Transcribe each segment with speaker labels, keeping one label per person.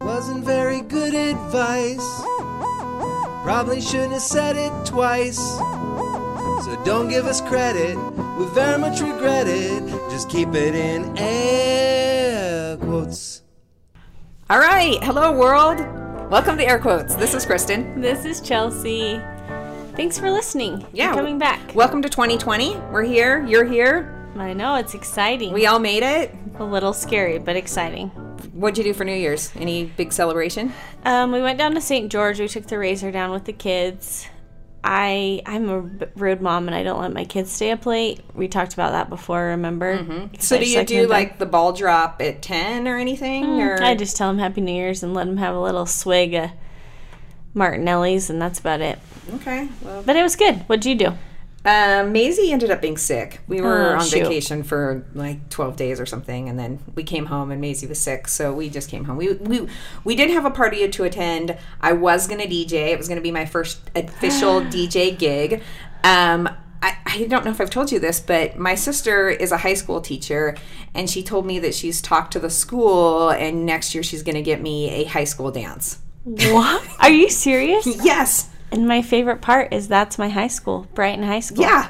Speaker 1: Wasn't very good advice. Probably shouldn't have said it twice. So don't give us credit. We very much regret it. Just keep it in air quotes.
Speaker 2: All right. Hello, world. Welcome to Air Quotes. This is Kristen.
Speaker 3: This is Chelsea. Thanks for listening. and
Speaker 2: Yeah.
Speaker 3: coming back.
Speaker 2: Welcome to 2020. We're here. You're here.
Speaker 3: I know it's exciting.
Speaker 2: We all made it.
Speaker 3: a little scary, but exciting.
Speaker 2: What'd you do for New Year's? Any big celebration?
Speaker 3: Um, we went down to St. George. We took the razor down with the kids. I I'm a b- rude mom and I don't let my kids stay up late. We talked about that before. Remember?
Speaker 2: Mm-hmm. So do
Speaker 3: just
Speaker 2: you
Speaker 3: like my
Speaker 2: do
Speaker 3: bed.
Speaker 2: like the Hmm, ball drop at 10 or anything? or
Speaker 3: I just tell them Happy New Year's and let them have a little swig of Martinelli's and that's about it.
Speaker 2: okay. Well,
Speaker 3: But it was good. What'd you do?
Speaker 2: Um, Maisie ended up being sick. We were
Speaker 3: Oh,
Speaker 2: on
Speaker 3: shoot.
Speaker 2: vacation for like 12 days or something, and then we came home and Maisie was sick, so we just came home. We we we did have a party to attend. I was gonna DJ. It was gonna be my first official DJ gig. Um, I, I don't know if I've told you this, but my sister is a high school teacher, and she told me that she's talked to the school, and next year she's gonna get me a high school dance.
Speaker 3: What? Are you serious?
Speaker 2: Yes.
Speaker 3: And my favorite part is that's my high school, Brighton High School.
Speaker 2: Yeah.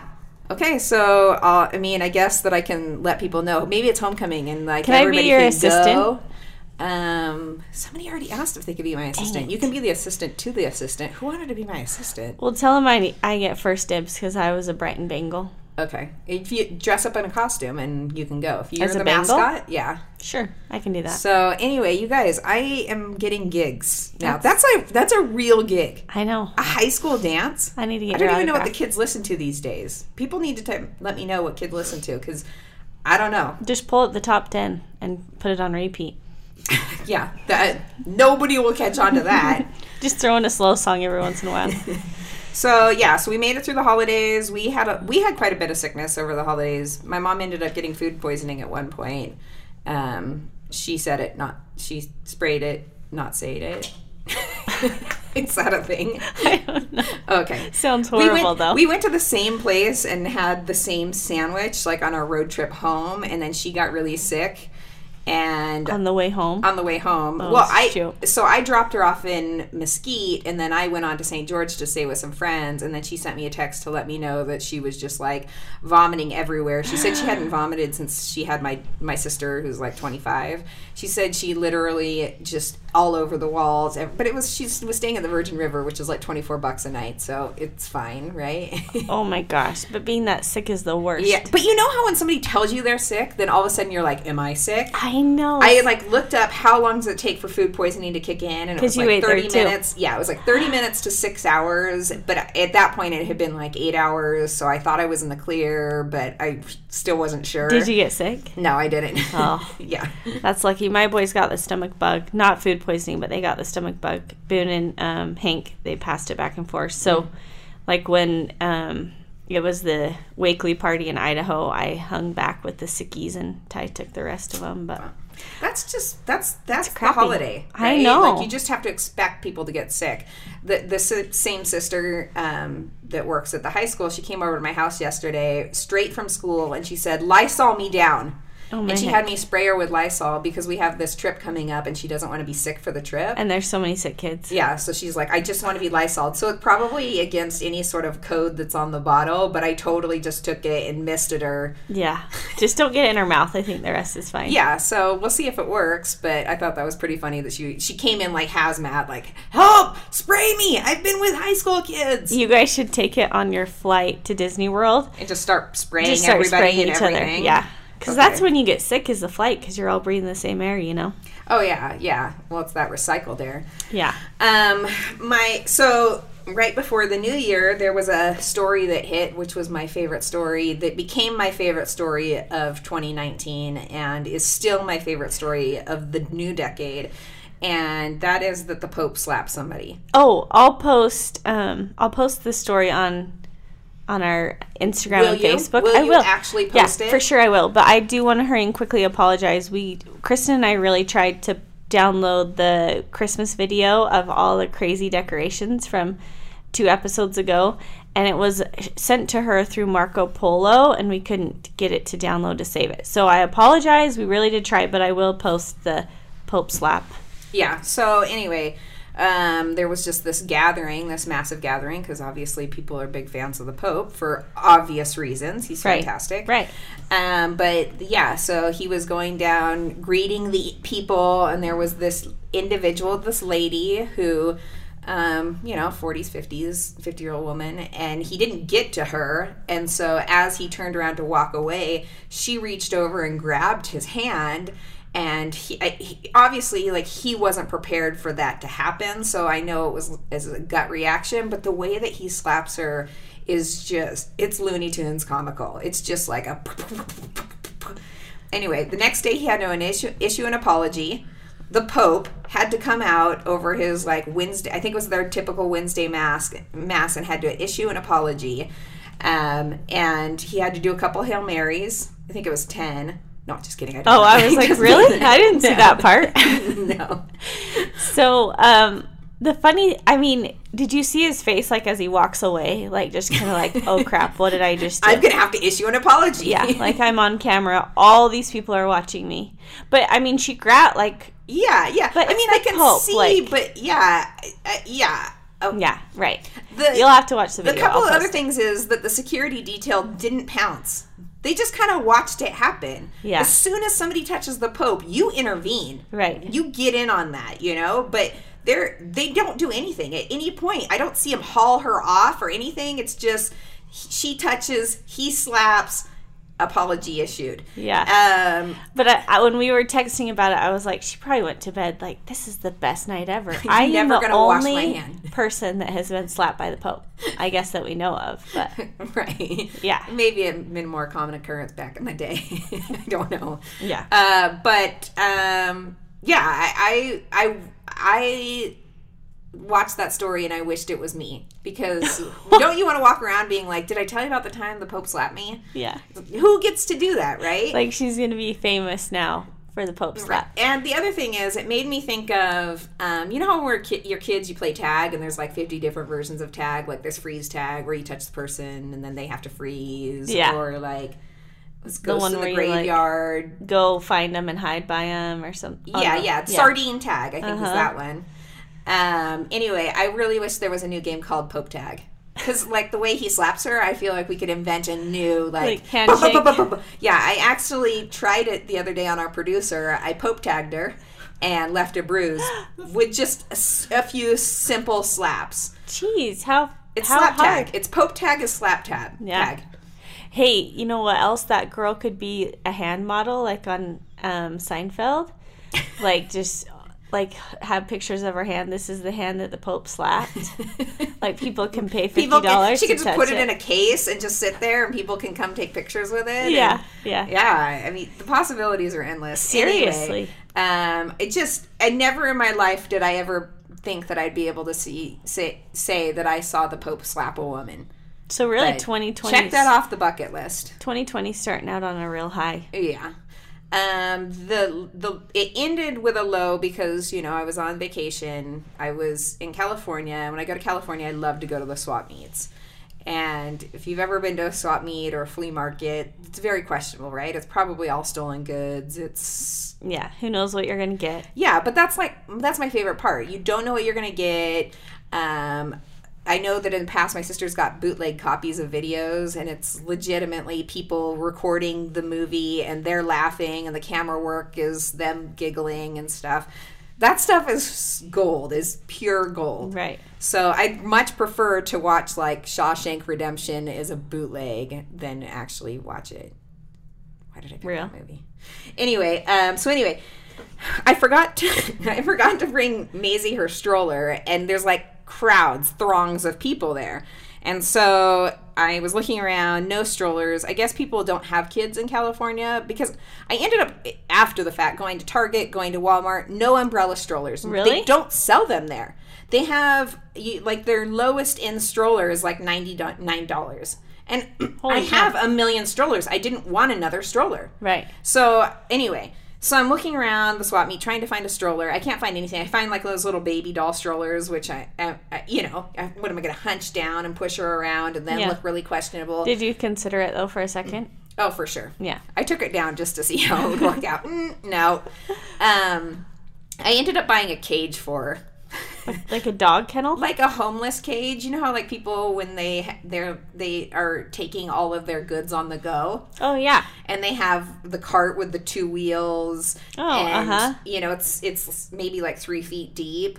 Speaker 2: Okay, so uh, I mean, I guess that I can let people know. Maybe it's homecoming and like
Speaker 3: Can I be
Speaker 2: everybody
Speaker 3: your
Speaker 2: can
Speaker 3: assistant?
Speaker 2: go. Um, somebody already asked if they could be my assistant. You can be the assistant to the assistant. Who wanted to be my assistant?
Speaker 3: Well, tell them I, I get first dibs because I was a Brighton Bengal.
Speaker 2: Okay, if you dress up in a costume and you can go. If you're
Speaker 3: As a Uh.
Speaker 2: the
Speaker 3: Bengal?
Speaker 2: mascot, yeah.
Speaker 3: Sure, I can do that.
Speaker 2: So anyway, you guys, I am getting gigs now. That's like that's a real gig.
Speaker 3: I know.
Speaker 2: A high school dance.
Speaker 3: I need to get
Speaker 2: I don't
Speaker 3: your
Speaker 2: even know what the
Speaker 3: autograph.
Speaker 2: kids listen to these days. People need to type let me know what kids listen to because I don't know.
Speaker 3: Just pull up the top 10 and put it on repeat.
Speaker 2: Yeah, that nobody will catch on to that.
Speaker 3: Just throw in a slow song every once in a while.
Speaker 2: so yeah, so we made it through the holidays. We had a we had quite a bit of sickness over the holidays. My mom ended up getting food poisoning at one point. Um, she said it, not she sprayed it, not said it. Is that a thing?
Speaker 3: I don't know.
Speaker 2: Okay.
Speaker 3: Sounds
Speaker 2: We
Speaker 3: horrible,
Speaker 2: went,
Speaker 3: though.
Speaker 2: we went to the same place and had the same sandwich, like on our road trip home, and then she got really sick. And
Speaker 3: on the way home.
Speaker 2: on the way home. well, I
Speaker 3: shoot.
Speaker 2: so I dropped her off in Mesquite, and then I went on to St. George to stay with some friends, and then she sent me a text to let me know that she was just like vomiting everywhere. She said she hadn't vomited since she had my my sister, who's like 25. She said she literally just all over the walls, ev- but it was she was staying at the Virgin River, which is like 24 bucks a night, so it's fine, right?
Speaker 3: oh my gosh, but being that sick is the worst.
Speaker 2: yeah, but you know how when somebody tells you they're sick, then all of a sudden you're like, "Am I sick?"
Speaker 3: I know.
Speaker 2: I had like looked up how long does it take for food poisoning to kick in, and it was
Speaker 3: 'Cause you
Speaker 2: like
Speaker 3: ate there,
Speaker 2: thirty
Speaker 3: too.
Speaker 2: minutes. Yeah, it was like thirty minutes to six hours. But at that point, it had been like eight hours, so I thought I was in the clear, but I still wasn't sure.
Speaker 3: Did you get sick?
Speaker 2: No, I didn't.
Speaker 3: Oh.
Speaker 2: yeah.
Speaker 3: That's lucky. My boys got the stomach bug. Not food poisoning, but they got the stomach bug. Boone and um, Hank, they passed it back and forth. So, like when um, it was the Wakely party in Idaho, I hung back with the sickies and Ty took the rest of them. But
Speaker 2: That's just that's that's the
Speaker 3: crappy.
Speaker 2: holiday.
Speaker 3: I
Speaker 2: right?
Speaker 3: know.
Speaker 2: Like you just have to expect people to get sick. The the si- same sister um, that works at the high school, she came over to my house yesterday, straight from school, and she said, "Lysol me down."
Speaker 3: oh my
Speaker 2: And she
Speaker 3: heck.
Speaker 2: had me spray her with Lysol because we have this trip coming up and she doesn't want to be sick for the trip.
Speaker 3: and there's so many sick kids.
Speaker 2: yeah, so she's like, I just want to be Lysol. So it's probably against any sort of code that's on the bottle, but I totally just took it and misted her.
Speaker 3: Yeah, just don't get it in her mouth. I think the rest is fine.
Speaker 2: Yeah, so we'll see if it works, but I thought that was pretty funny that she she came in like hazmat, like, Help! Spray me! I've been with high school kids
Speaker 3: You guys should take it on your flight to Disney World.
Speaker 2: and just start spraying
Speaker 3: Just start
Speaker 2: everybody
Speaker 3: spraying
Speaker 2: and
Speaker 3: each
Speaker 2: everything.
Speaker 3: other. Yeah. Because
Speaker 2: Okay.
Speaker 3: that's when you get sick is the flight because you're all breathing the same air, you know?
Speaker 2: Oh yeah, yeah. Well it's that recycled air.
Speaker 3: Yeah.
Speaker 2: Um, my so right before the new year, there was a story that hit, which was my favorite story that became my favorite story of 2019 and is still my favorite story of the new decade. And that is that the Pope slapped somebody.
Speaker 3: Oh, I'll post um I'll post the story on on our Instagram
Speaker 2: Will
Speaker 3: and
Speaker 2: you?
Speaker 3: Facebook.
Speaker 2: Will
Speaker 3: I
Speaker 2: you
Speaker 3: will
Speaker 2: actually
Speaker 3: Yeah,
Speaker 2: post it?
Speaker 3: for sure I will. But I do want to hurry and quickly apologize. We Kristen and I really tried to download the Christmas video of all the crazy decorations from two episodes ago and it was sent to her through Marco Polo and we couldn't get it to download to save it. So I apologize. We really did try, but I will post the Pope slap
Speaker 2: yeah so anyway um, there was just this gathering this massive gathering because obviously people are big fans of the pope for obvious reasons he's
Speaker 3: Right.
Speaker 2: fantastic
Speaker 3: Right.
Speaker 2: um, but yeah so he was going down greeting the people and there was this individual this lady who um, you know 40s 50s 50 year old woman and he didn't get to her and so as he turned around to walk away she reached over and grabbed his hand and he, I, he obviously like he wasn't prepared for that to happen so i know it was as a gut reaction but the way that he slaps her is just it's looney tunes comical it's just like a anyway the next day he had to an issue issue an apology the pope had to come out over his like wednesday i think it was their typical wednesday mass mass and had to issue an apology um, and he had to do a couple hail marys i think it was 10 no just kidding don't
Speaker 3: Oh, I was
Speaker 2: think
Speaker 3: like,
Speaker 2: it's
Speaker 3: really?
Speaker 2: been-
Speaker 3: I didn't see
Speaker 2: No.
Speaker 3: that part.
Speaker 2: no.
Speaker 3: So, um, the funny, I mean, did you see his face like as he walks away? Like, just kind of like, oh crap, what did I just do?
Speaker 2: I'm going to have to issue an apology.
Speaker 3: yeah, like I'm on camera. All these people are watching me. But I mean, she grabbed, like,
Speaker 2: yeah, yeah.
Speaker 3: But
Speaker 2: I
Speaker 3: it's
Speaker 2: mean, I
Speaker 3: the
Speaker 2: can
Speaker 3: Pope,
Speaker 2: see,
Speaker 3: like-
Speaker 2: but yeah, uh, yeah. Oh,
Speaker 3: yeah, right.
Speaker 2: the,
Speaker 3: You'll have to watch the
Speaker 2: the
Speaker 3: video.
Speaker 2: couple
Speaker 3: I'll
Speaker 2: other
Speaker 3: post it.
Speaker 2: things is that the security detail didn't pounce. They just kind of watched it happen.
Speaker 3: Yeah.
Speaker 2: As soon as somebody touches the Pope, you intervene.
Speaker 3: Right.
Speaker 2: You get in on that, you know. But they're they don't do anything at any point. I don't see him haul her off or anything. It's just she touches, he slaps, apology issued.
Speaker 3: Yeah.
Speaker 2: Um,
Speaker 3: But uh, I, I, when we were texting about it, I was like, she probably went to bed like, this is the best night ever. I am
Speaker 2: never
Speaker 3: the
Speaker 2: gonna wash my
Speaker 3: only
Speaker 2: hand.
Speaker 3: person that has been slapped by the Pope. I guess that we know of, but
Speaker 2: right.
Speaker 3: Yeah.
Speaker 2: Maybe it had been more common occurrence back in the day. I don't know.
Speaker 3: yeah,
Speaker 2: Uh, but um, yeah, I, I I I watched that story and I wished it was me because don't you want to walk around being like, did I tell you about the time the Pope slapped me?
Speaker 3: yeah.
Speaker 2: Who gets to do that, right?
Speaker 3: Like she's gonna be famous now for the Pope slap.
Speaker 2: And the other thing is, it made me think of, um, you know, how when we're ki- your kids, you play tag, and there's like 50 different versions of tag. Like there's freeze tag, where you touch the person and then they have to freeze,
Speaker 3: Yeah.
Speaker 2: or like let's go
Speaker 3: one
Speaker 2: to
Speaker 3: where
Speaker 2: the
Speaker 3: you, like-
Speaker 2: graveyard.
Speaker 3: Go find them and hide by them or something.
Speaker 2: yeah, yeah, sardine tag. I think was
Speaker 3: Uh-huh.
Speaker 2: that one. Um, anyway, I really wish there was a new game called Pope Tag. Because like the way he slaps her, I feel like we could invent a new like,
Speaker 3: Like, handshake.
Speaker 2: Yeah, I actually tried it the other day on our producer. I pope tagged her and left a bruise with just a s- a, few simple slaps.
Speaker 3: Jeez, how
Speaker 2: It's
Speaker 3: how
Speaker 2: slap
Speaker 3: hard.
Speaker 2: tag. It's pope tag is slap tag.
Speaker 3: Yeah.
Speaker 2: Tag.
Speaker 3: Hey, you know what else? That girl could be a hand model, like on um, Seinfeld. Like just like have pictures of her hand. This is the hand that the Pope slapped. like people can pay fifty
Speaker 2: People can,
Speaker 3: dollars.
Speaker 2: she could just put it, in a case and just sit there, and people can come take pictures with it. and-
Speaker 3: yeah, yeah,
Speaker 2: Yeah, I mean the possibilities are endless.
Speaker 3: Seriously.
Speaker 2: Anyway, um, it just I never in my life did I ever think that I'd be able to see say say that I saw the Pope slap a woman.
Speaker 3: So really,
Speaker 2: But
Speaker 3: twenty twenty.
Speaker 2: Check that off the bucket list.
Speaker 3: Twenty twenty starting out on a real high.
Speaker 2: Yeah. Um, the the it ended with a low because you know I was on vacation. I was in California. and When I go to California, I love to go to the swap meets. And if you've ever been to a swap meet or a flea market, it's very questionable, right? It's probably all stolen goods. It's
Speaker 3: Yeah, who knows what you're gonna get?
Speaker 2: yeah but that's like that's my favorite part you don't know what you're gonna get um I know that in the past, my sister's got bootleg copies of videos, and it's legitimately people recording the movie and they're laughing, and the camera work is them giggling and stuff. That stuff is gold, is pure gold.
Speaker 3: Right.
Speaker 2: So I'd much prefer to watch like Shawshank Redemption is a bootleg than actually watch it. Why did I pick
Speaker 3: Real.
Speaker 2: that movie? Anyway, um, so anyway, I forgot to I forgot to bring Maisie her stroller, and there's like crowds, throngs of people there, and so I was looking around, no strollers. I guess people don't have kids in California because I ended up after the fact going to Target, going to Walmart, no umbrella strollers.
Speaker 3: Really?
Speaker 2: They don't sell them there. They have you, like their lowest end stroller is like ninety nine dollars, and I
Speaker 3: cow.
Speaker 2: have a million strollers. I didn't want another stroller.
Speaker 3: Right.
Speaker 2: So anyway, so I'm looking around the swap meet trying to find a stroller. I can't find anything. I find like those little baby doll strollers, which I, I, I you know, I, what am I going to hunch down and push her around and then
Speaker 3: Yeah.
Speaker 2: look really questionable?
Speaker 3: Did you consider it though for a second?
Speaker 2: oh, for sure.
Speaker 3: Yeah.
Speaker 2: I took it down just to see how it would work out. Mm, no. Um, I ended up buying a cage for her.
Speaker 3: Like a dog kennel?
Speaker 2: like a homeless cage. You know how like people when they they're they are taking all of their goods on the go
Speaker 3: Oh, yeah.
Speaker 2: and they have the cart with the two wheels.
Speaker 3: Oh,
Speaker 2: and,
Speaker 3: uh-huh.
Speaker 2: You know, it's it's maybe like three feet deep.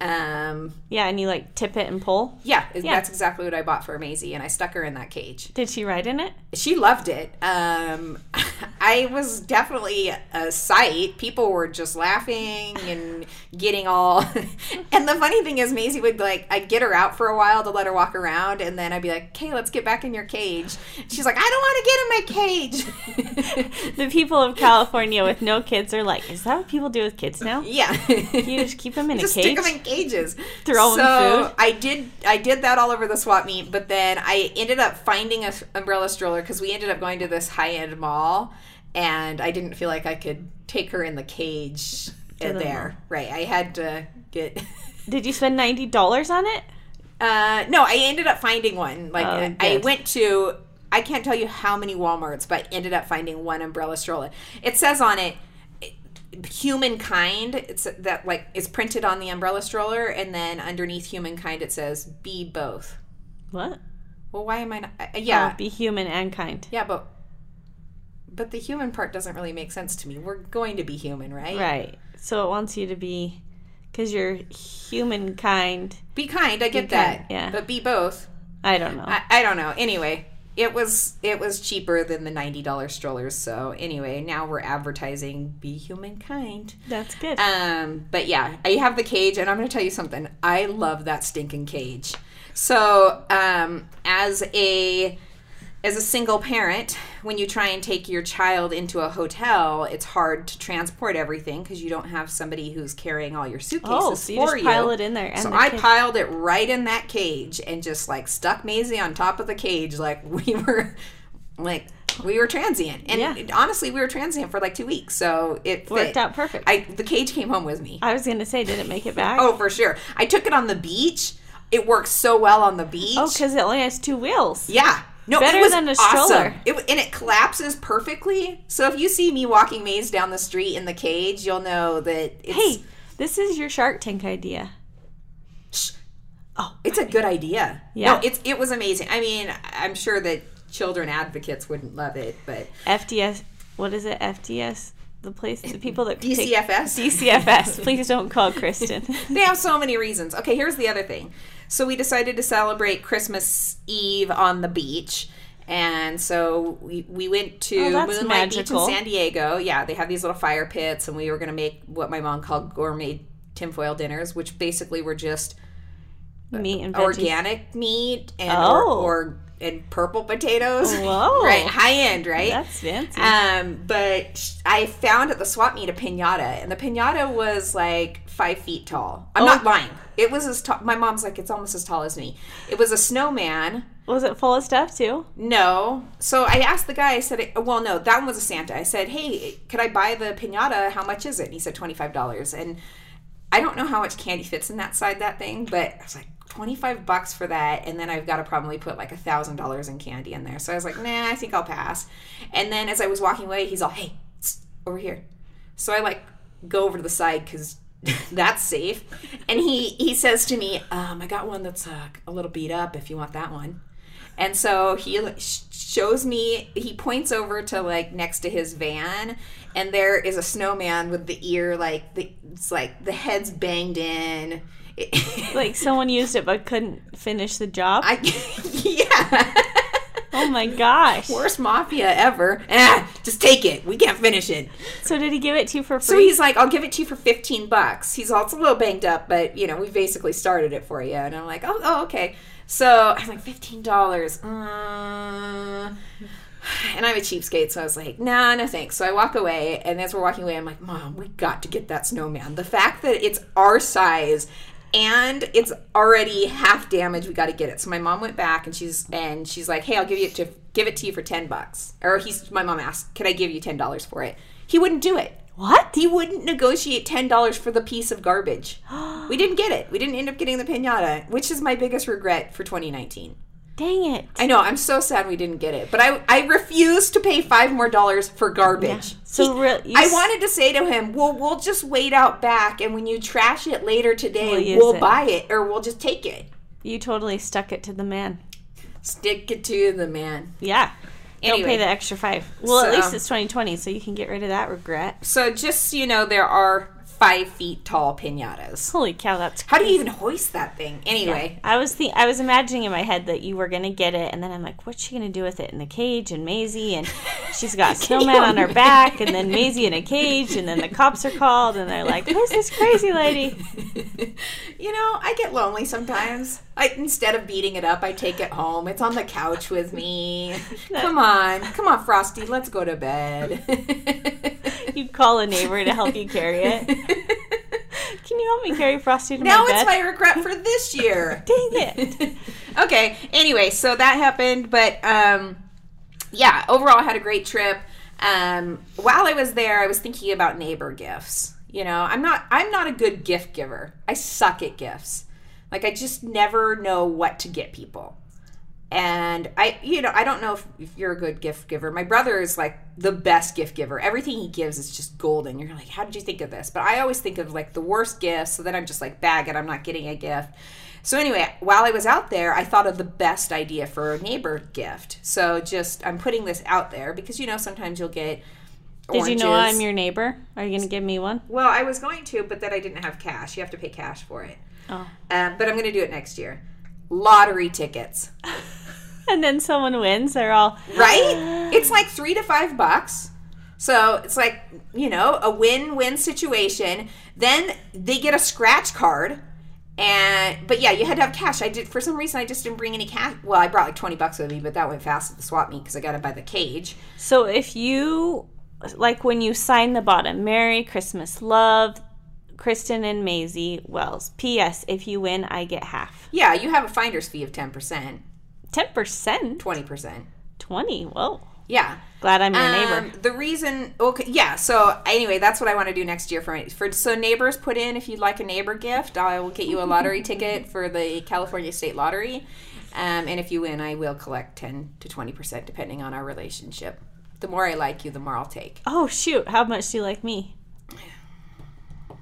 Speaker 2: Um,
Speaker 3: Yeah, and you like tip it and pull.
Speaker 2: yeah,
Speaker 3: Yeah.
Speaker 2: that's exactly what I bought for Maisie, and I stuck her in that cage.
Speaker 3: Did she ride in it?
Speaker 2: She loved it. Um, I was definitely a sight. People were just laughing and getting all. and the funny thing is, Maisie would like I'd get her out for a while to let her walk around, and then I'd be like, "Okay, let's get back in your cage." She's like, "I don't want to get in my cage."
Speaker 3: The people of California with no kids are like, is that what people do with kids now?
Speaker 2: yeah,
Speaker 3: You just keep them in
Speaker 2: just
Speaker 3: a cage?
Speaker 2: stick them in cages.
Speaker 3: Throw 'em
Speaker 2: so
Speaker 3: food.
Speaker 2: I did. I did that all over the swap meet, but then I ended up finding a s- umbrella stroller because we ended up going to this high end mall, and I didn't feel like I could take her in the cage in
Speaker 3: the
Speaker 2: there. Right, I had to get.
Speaker 3: Did you spend $90 on it?
Speaker 2: Uh, no, I ended up finding one. Like
Speaker 3: Oh,
Speaker 2: I- I
Speaker 3: good.
Speaker 2: went to. I can't tell you how many WalMarts, but ended up finding one umbrella stroller. It says on it humankind it's that like is printed on the umbrella stroller and then underneath humankind it says be both
Speaker 3: What?
Speaker 2: well why am i not uh,
Speaker 3: Yeah.
Speaker 2: yeah
Speaker 3: Oh, be human and kind.
Speaker 2: yeah but but the human part doesn't really make sense to me we're going to be human right,
Speaker 3: Right. So it wants you to be, because you're humankind.
Speaker 2: be kind i get
Speaker 3: kind,
Speaker 2: that
Speaker 3: yeah.
Speaker 2: but be both
Speaker 3: I don't know.
Speaker 2: I, I don't know anyway it was it was cheaper than the $90 strollers so anyway now we're advertising be humankind
Speaker 3: That's good.
Speaker 2: Um, but yeah, I have the cage, and I'm going to tell you something. I love that stinking cage. So, um, as a as a single parent, when you try and take your child into a hotel, it's hard to transport everything because you don't have somebody who's carrying all your suitcases
Speaker 3: oh, so you
Speaker 2: for
Speaker 3: just pile
Speaker 2: you.
Speaker 3: it in there. And
Speaker 2: So
Speaker 3: the
Speaker 2: I
Speaker 3: kid-
Speaker 2: piled it right in that cage and just like stuck Maisie on top of the cage like we were like we were transient. And
Speaker 3: Yeah.
Speaker 2: honestly, we were transient for like 2 weeks. So it
Speaker 3: worked
Speaker 2: fit.
Speaker 3: out perfect. I,
Speaker 2: I the cage came home with me.
Speaker 3: was going to say, did it make it back?
Speaker 2: Oh, for sure. I took it on the beach. It works so well on the beach.
Speaker 3: Oh, because it only has two wheels.
Speaker 2: yeah. No,
Speaker 3: Better
Speaker 2: it was
Speaker 3: than a stroller.
Speaker 2: awesome. It, w- and it collapses perfectly. So if you see me walking maze down the street in the cage, you'll know that it's,
Speaker 3: Hey, this is your Shark Tank idea.
Speaker 2: Shh.
Speaker 3: Oh.
Speaker 2: it's a good idea.
Speaker 3: Yeah.
Speaker 2: No, it's it was amazing. I mean, I'm sure that children advocates wouldn't love it, but
Speaker 3: FDS. What is it? FDS. The place. The people that take-
Speaker 2: DCFS.
Speaker 3: DCFS. Please don't call Kristen.
Speaker 2: they have so many reasons. Okay, here's the other thing. So we decided to celebrate Christmas Eve on the beach. And so we, we went to
Speaker 3: Oh, that's
Speaker 2: Moonlight Beach in
Speaker 3: magical.
Speaker 2: San Diego. Yeah, they have these little fire pits, and we were going to make what my mom called gourmet tinfoil dinners, which basically were just
Speaker 3: Meat and veggies.
Speaker 2: organic meat and
Speaker 3: Oh.
Speaker 2: or, or and purple potatoes.
Speaker 3: Whoa.
Speaker 2: right, high end, right?
Speaker 3: That's fancy.
Speaker 2: Um, but sh- I found at the swap meet a pinata, and the pinata was like five feet tall. I'm not lying. It was as tall. My mom's like, it's almost as tall as me. It was a snowman.
Speaker 3: Was it full of stuff too?
Speaker 2: No. So I asked the guy, I said, well, no, that one was a Santa. I said, hey, could I buy the pinata? How much is it? And he said, $25. And I don't know how much candy fits in that side, that thing, but I was like, 25 bucks for that. And then I've got to probably put like a $1,000 in candy in there. So I was like, nah, I think I'll pass. And then as I was walking away, he's all, hey, tss, over here. So I like go over to the side because that's safe. And he he says to me, um, I got one that's uh, a little beat up if you want that one. And so he like, sh- shows me, he points over to like next to his van, and there is a snowman with the ear like the it's like the head's banged in.
Speaker 3: Like someone used it but couldn't finish the job.
Speaker 2: I yeah.
Speaker 3: oh my gosh.
Speaker 2: Worst mafia ever. Ah, just take it. We can't finish it.
Speaker 3: So did he give it to you for
Speaker 2: So
Speaker 3: free?
Speaker 2: he's like, I'll give it to you for 15 bucks. He's all, it's a little banged up, but you know, we basically started it for you. And I'm like, oh, oh okay. So I'm like, $15. Uh, and I'm a cheapskate, so I was like, nah, no thanks. So I walk away, and as we're walking away, I'm like, Mom, we got to get that snowman. The fact that it's our size and it's already half damaged, we got to get it. So my mom went back, and she's and she's like, Hey, I'll give you it to give it to you for ten bucks. Or he's my mom asked, Can I give you ten dollars for it? He wouldn't do it.
Speaker 3: what?
Speaker 2: He wouldn't negotiate ten dollars for the piece of garbage. we didn't get it. We didn't end up getting the pinata, which is my biggest regret for 2019.
Speaker 3: Dang it.
Speaker 2: I know. I'm so sad we didn't get it, but I I refuse to pay five more dollars for garbage.
Speaker 3: Yeah. So
Speaker 2: He-
Speaker 3: real- you
Speaker 2: I
Speaker 3: s-
Speaker 2: wanted to say to him, "Well, we'll just wait out back, and when you trash it later
Speaker 3: We'll
Speaker 2: today,
Speaker 3: use
Speaker 2: we'll,
Speaker 3: it."
Speaker 2: buy it or we'll just take it."
Speaker 3: You totally stuck it to the man.
Speaker 2: Stick it to the man.
Speaker 3: Yeah. Don't
Speaker 2: Anyway.
Speaker 3: pay the extra five. Well, at
Speaker 2: So- um,
Speaker 3: least it's 2020, so you can get rid of that regret.
Speaker 2: So just so you know, there are five feet tall pinatas.
Speaker 3: Holy cow, that's
Speaker 2: How do you even hoist that thing? Anyway,
Speaker 3: I was think I was imagining in my head that you were gonna get it, and then I'm like, what's she gonna do with it in a cage? And Maisie, and she's got snowman on her back, and then Maisie in a cage, and then the cops are called, and they're like, who's this crazy lady?
Speaker 2: you know, I get lonely sometimes. I instead of beating it up, I take it home. It's on the couch with me. come on, come on, Frosty, let's go to bed.
Speaker 3: You call a neighbor to help you carry it. Can you help me carry Frosty to
Speaker 2: now
Speaker 3: my
Speaker 2: it's
Speaker 3: bed?
Speaker 2: my regret for this year.
Speaker 3: Dang it!
Speaker 2: okay. Anyway, so that happened, but um, yeah. Overall, I had a great trip. Um, while I was there, I was thinking about neighbor gifts. You know, I'm not I'm not a good gift giver. I suck at gifts. Like I just never know what to get people. And I, you know, I don't know if, if you're a good gift giver. My brother is like the best gift giver. Everything he gives is just golden. You're like, how did you think of this? But I always think of like the worst gifts. So then I'm just like, bag it. I'm not getting a gift. So anyway, while I was out there, I thought of the best idea for a neighbor gift. So just, I'm putting this out there because, you know, sometimes you'll get.
Speaker 3: Did you know I'm
Speaker 2: oranges.
Speaker 3: your neighbor? Are you gonna give me one?
Speaker 2: Well, I was going to, but then I didn't have cash. You have to pay cash for it.
Speaker 3: Oh.
Speaker 2: Um, but I'm going to do it next year. Lottery tickets.
Speaker 3: And then someone wins. They're all
Speaker 2: right? It's like three to five bucks. So it's like, you know, a win win situation. Then they get a scratch card. And but yeah, you had to have cash. I did for some reason I just didn't bring any cash. Well, I brought like twenty bucks with me, but that went fast at the swap meet because I got it by the cage.
Speaker 3: So if you like when you sign the bottom, Merry Christmas, love, Kristen and Maisie Wells. P.S. If you win, I get half.
Speaker 2: Yeah, you have a finder's fee of ten percent,
Speaker 3: Ten percent,
Speaker 2: twenty percent.
Speaker 3: twenty. Whoa,
Speaker 2: Yeah.
Speaker 3: glad I'm your
Speaker 2: Um,
Speaker 3: neighbor.
Speaker 2: the reason, okay, yeah. So anyway, that's what I want to do next year for my for so neighbors put in if you'd like a neighbor gift, I will get you a lottery ticket for the California State Lottery, um, and if you win, I will collect ten to twenty percent depending on our relationship. The more I like you, the more I'll take.
Speaker 3: Oh shoot, how much do you like me?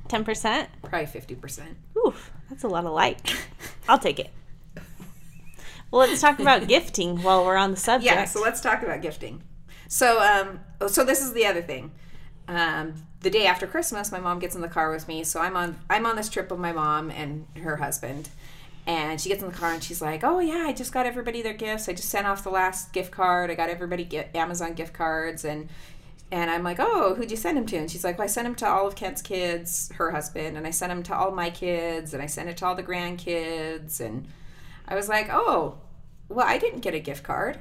Speaker 3: Ten percent.
Speaker 2: Probably fifty percent.
Speaker 3: Oof, that's a lot of like. I'll take it. Well, let's talk about gifting while we're on the subject.
Speaker 2: Yeah. So let's talk about gifting. So um, oh, so this is the other thing. Um, the day after Christmas, my mom gets in the car with me. So I'm on I'm on this trip with my mom and her husband. And she gets in the car and she's like, "Oh yeah, I just got everybody their gifts. I just sent off the last gift card. I got everybody get Amazon gift cards and." And I'm like, oh, who'd you send him to? And she's like, well, I sent him to all of Kent's kids, her husband, and I sent him to all my kids, and I sent it to all the grandkids. And I was like, oh, well, I didn't get a gift card.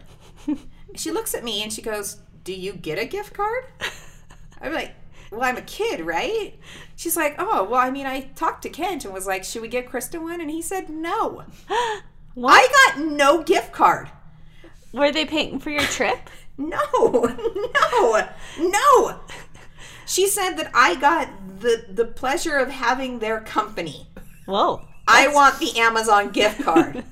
Speaker 2: she looks at me and she goes, do you get a gift card? I'm like, well, I'm a kid, right? She's like, oh, well, I mean, I talked to Kent and was like, should we get Krista one? And he said, no.
Speaker 3: What?
Speaker 2: I got no gift card.
Speaker 3: Were they paying for your trip?
Speaker 2: No, no, no. She said that I got the the pleasure of having their company.
Speaker 3: Whoa.
Speaker 2: I want the Amazon gift card.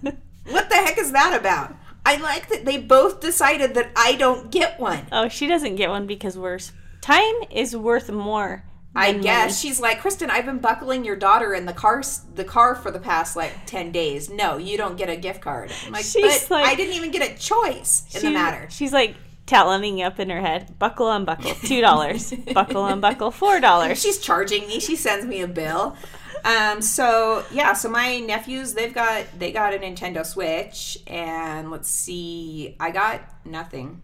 Speaker 2: what the heck is that about? I like that they both decided that I don't get one.
Speaker 3: Oh, she doesn't get one because we're time is worth more.
Speaker 2: I
Speaker 3: than
Speaker 2: guess she's like, Kristen, I've been buckling your daughter in the car s- the car for the past like ten days. No, you don't get a gift card. I'm like,
Speaker 3: She's
Speaker 2: but
Speaker 3: like-
Speaker 2: I didn't even get a choice in the
Speaker 3: money. She-
Speaker 2: matter.
Speaker 3: She's like tallying up in her head. Buckle on buckle, two dollars. buckle on buckle, four dollars.
Speaker 2: She's charging me. She sends me a bill. Um, so yeah, so my nephews they've got they got a Nintendo Switch, and let's see, I got nothing.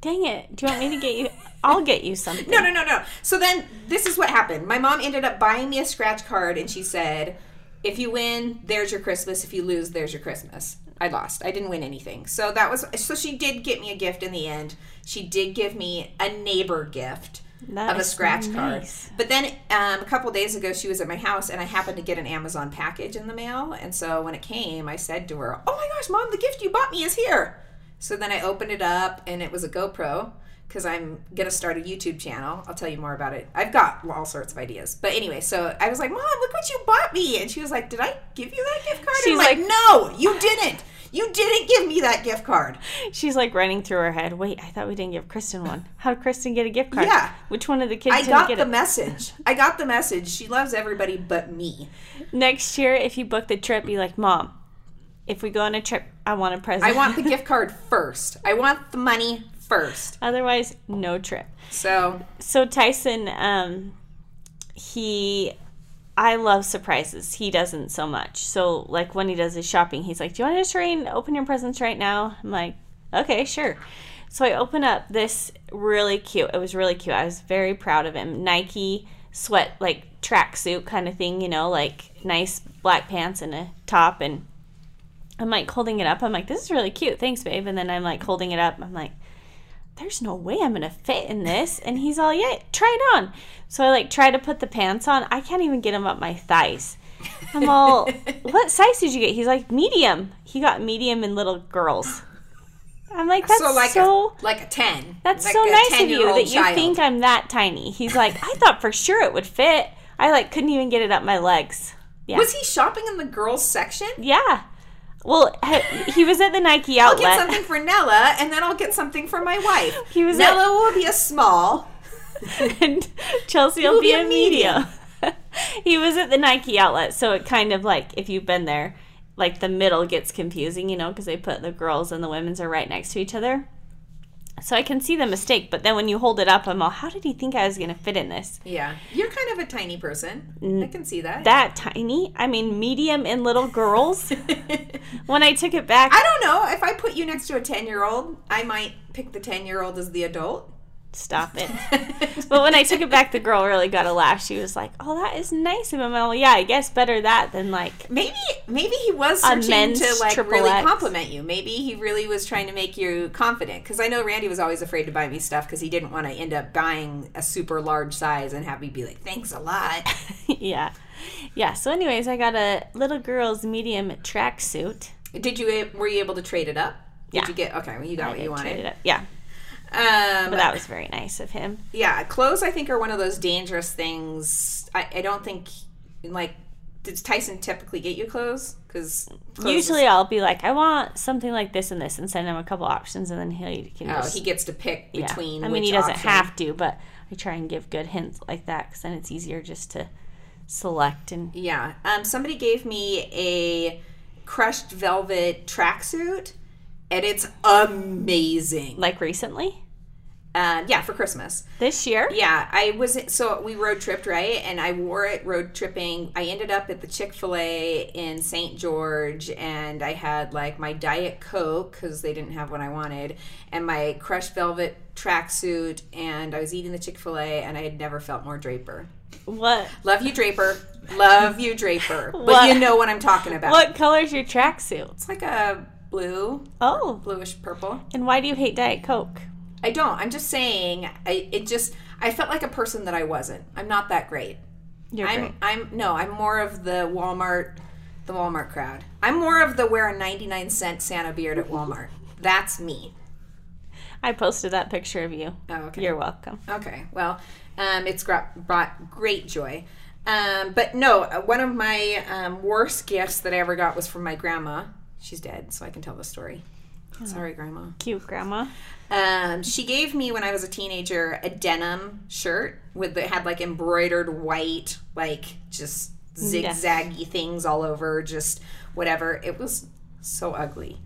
Speaker 3: Dang it! Do you want me to get you? I'll get you something.
Speaker 2: No, no, no, no. So then this is what happened. My mom ended up buying me a scratch card, and she said, "If you win, there's your Christmas. If you lose, there's your Christmas." I lost. I didn't win anything. So that was so she did get me a gift in the end. She did give me a neighbor gift
Speaker 3: That
Speaker 2: of a
Speaker 3: is
Speaker 2: scratch
Speaker 3: nice.
Speaker 2: card. But then um, a couple days ago, she was at my house, and I happened to get an Amazon package in the mail. And so when it came, I said to her, "Oh my gosh, mom, the gift you bought me is here." So then I opened it up, and it was a GoPro because I'm gonna start a YouTube channel. I'll tell you more about it. I've got all sorts of ideas, but anyway, so I was like, "Mom, look what you bought me," and she was like, "Did I give you that gift card?"
Speaker 3: She's
Speaker 2: I'm like,
Speaker 3: like-
Speaker 2: "No, you didn't." You didn't give me that gift card.
Speaker 3: She's like running through her head. Wait, I thought we didn't give Kristen one. How did Kristen get a gift card?
Speaker 2: Yeah.
Speaker 3: Which one of the kids
Speaker 2: I
Speaker 3: didn't
Speaker 2: got
Speaker 3: get
Speaker 2: the
Speaker 3: it?
Speaker 2: message. I got the message. She loves everybody but me.
Speaker 3: Next year, if you book the trip, be like, Mom, if we go on a trip, I want a present.
Speaker 2: I want the gift card first. I want the money first.
Speaker 3: Otherwise, no trip.
Speaker 2: So
Speaker 3: So Tyson, um, he, I love surprises. He doesn't so much. So like when he does his shopping, he's like, "Do you want to try and open your presents right now?" I'm like, "Okay, sure." So I open up this really cute. It was really cute. I was very proud of him. Nike sweat like tracksuit kind of thing, you know, like nice black pants and a top and I'm like holding it up. I'm like, this is really cute. Thanks, babe. And then I'm like holding it up. I'm like, there's no way I'm gonna fit in this. And he's all, yeah, try it on. So I like try to put the pants on. I can't even get him up my thighs. I'm all, what size did you get? He's like, medium. He got medium and little girls. I'm like, that's
Speaker 2: so
Speaker 3: so.
Speaker 2: like a, like a ten.
Speaker 3: That's
Speaker 2: Like
Speaker 3: so
Speaker 2: a
Speaker 3: nice of you
Speaker 2: 10-year-old
Speaker 3: that you
Speaker 2: child.
Speaker 3: think I'm that tiny. He's like, I thought for sure it would fit. I like couldn't even get it up my legs. Yeah.
Speaker 2: Was he shopping in the girls section?
Speaker 3: yeah. Well, he- he was at the Nike
Speaker 2: I'll
Speaker 3: outlet.
Speaker 2: get something for Nella, and then I'll get something for my wife.
Speaker 3: He was at-
Speaker 2: Nella will be a small.
Speaker 3: and Chelsea will
Speaker 2: will be
Speaker 3: be a
Speaker 2: a
Speaker 3: medium. he was at the Nike outlet, so it kind of like if you've been there, like the middle gets confusing, you know, because they put the girls and the women's are right next to each other. So I can see the mistake, but then when you hold it up, I'm all, how did he think I was going to fit in this?
Speaker 2: Yeah, you're kind of a tiny person. I can see that.
Speaker 3: That tiny? I mean, medium and little girls. when I took it back,
Speaker 2: I don't know if I put you next to a ten-year-old, I might pick the ten-year-old as the adult.
Speaker 3: stop it. But when I took it back, the girl really got a laugh. She was like, "Oh, that is nice of him." I'm all, yeah, I guess better that than like
Speaker 2: Maybe maybe he was
Speaker 3: A
Speaker 2: searching
Speaker 3: men's
Speaker 2: to like
Speaker 3: triple
Speaker 2: really
Speaker 3: X.
Speaker 2: compliment you. Maybe he really was trying to make you confident. Because I know Randy was always afraid to buy me stuff because he didn't want to end up buying a super large size and have me be like, "Thanks a lot."
Speaker 3: yeah. Yeah. So, anyways, I got a little girl's medium tracksuit.
Speaker 2: Did you were you able to trade it up? Did
Speaker 3: Yeah.
Speaker 2: you get okay? Well, you got what you
Speaker 3: Traded
Speaker 2: wanted.
Speaker 3: it. Yeah.
Speaker 2: Um,
Speaker 3: But that was very nice of him.
Speaker 2: yeah, clothes I think are one of those dangerous things. I, I don't think like does Tyson typically get you clothes? Because
Speaker 3: Usually, I'll be like, I want something like this and this, and send him a couple options, and then he can
Speaker 2: oh,
Speaker 3: just.
Speaker 2: he gets to pick
Speaker 3: yeah.
Speaker 2: between.
Speaker 3: I mean,
Speaker 2: which
Speaker 3: he doesn't
Speaker 2: option.
Speaker 3: have to, but I try and give good hints like that because then it's easier just to select and
Speaker 2: Yeah. Um, somebody gave me a crushed velvet tracksuit, and it's amazing.
Speaker 3: like recently
Speaker 2: Um, yeah, for Christmas.
Speaker 3: this year.
Speaker 2: Yeah, I was so we road tripped right, and I wore it road tripping. I ended up at the Chick Fil A in St. George, and I had like my Diet Coke because they didn't have what I wanted, and my crushed velvet tracksuit, and I was eating the Chick Fil A, and I had never felt more Draper.
Speaker 3: What
Speaker 2: Love you, Draper. Love you, Draper.
Speaker 3: What?
Speaker 2: But you know what I'm talking about.
Speaker 3: what color's your tracksuit?
Speaker 2: It's like a blue,
Speaker 3: Oh,
Speaker 2: bluish purple.
Speaker 3: and why do you hate Diet Coke?
Speaker 2: I don't. I'm just saying. I it just. I felt like a person that I wasn't. I'm not that great.
Speaker 3: You're
Speaker 2: I'm
Speaker 3: great.
Speaker 2: I'm no, I'm more of the Walmart the Walmart crowd. I'm more of the wear a 99 cent Santa beard at Walmart. That's me.
Speaker 3: I posted that picture of you.
Speaker 2: Oh, okay.
Speaker 3: You're welcome.
Speaker 2: Okay. Well, um, it's got, brought great joy. Um, but no, uh, one of my um, worst gifts that I ever got was from my grandma. She's dead, so I can tell the story. Sorry, grandma.
Speaker 3: Cute grandma.
Speaker 2: Um, she gave me when I was a teenager a denim shirt with that had like embroidered white, like just zigzaggy things all over, just whatever. It was so ugly.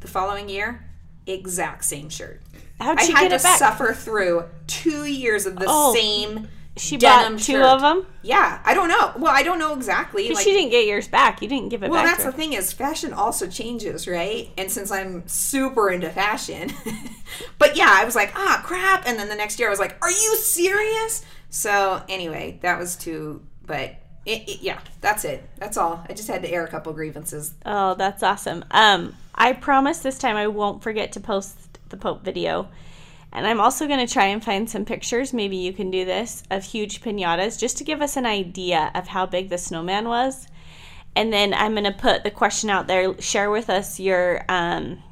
Speaker 2: The following year, exact same shirt.
Speaker 3: How'd
Speaker 2: I
Speaker 3: she
Speaker 2: had
Speaker 3: get
Speaker 2: to
Speaker 3: it back?
Speaker 2: suffer through two years of the
Speaker 3: Oh,
Speaker 2: same.
Speaker 3: she bought
Speaker 2: denim
Speaker 3: two
Speaker 2: shirt.
Speaker 3: of them.
Speaker 2: Yeah, I don't know. Well, I don't know exactly.
Speaker 3: she didn't get yours back. You didn't give it
Speaker 2: Well,
Speaker 3: back.
Speaker 2: that's
Speaker 3: to
Speaker 2: the
Speaker 3: her.
Speaker 2: thing is fashion also changes, right? And since I'm super into fashion, but yeah, I was like, ah, crap. And then the next year, I was like, are you serious? So anyway, that was too. But it, it- yeah, that's it. That's all. I just had to air a couple grievances.
Speaker 3: oh, that's awesome. Um, I promise this time I won't forget to post the Pope video. And I'm also going to try and find some pictures. Maybe you can do this of huge pinatas just to give us an idea of how big the snowman was. And then I'm going to put the question out there. Share with us your, um,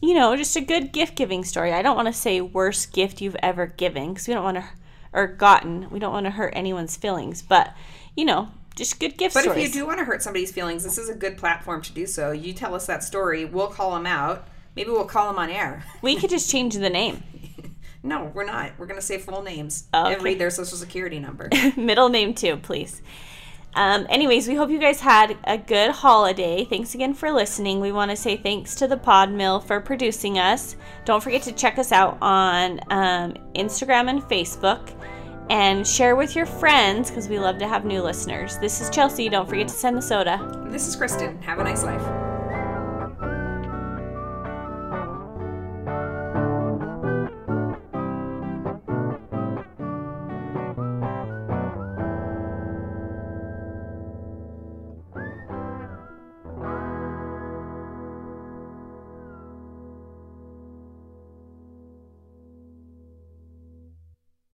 Speaker 3: you know, just a good gift giving story. I don't want to say worst gift you've ever given because we don't want to, or gotten. We don't want to hurt anyone's feelings. But, you know, just good gift
Speaker 2: But
Speaker 3: stories.
Speaker 2: if you do want to hurt somebody's feelings, this is a good platform to do so. You tell us that story. We'll call them out. Maybe we'll call them on air.
Speaker 3: we could just change the name.
Speaker 2: No, we're not. We're going to say full names
Speaker 3: Okay.
Speaker 2: and read their social security number.
Speaker 3: Middle name too, please. Um, anyways, we hope you guys had a good holiday. Thanks again for listening. We want to say thanks to the Pod Mill for producing us. Don't forget to check us out on um, Instagram and Facebook and share with your friends because we love to have new listeners. This is Chelsea. Don't forget to send the soda.
Speaker 2: this is Kristen. Have a nice life.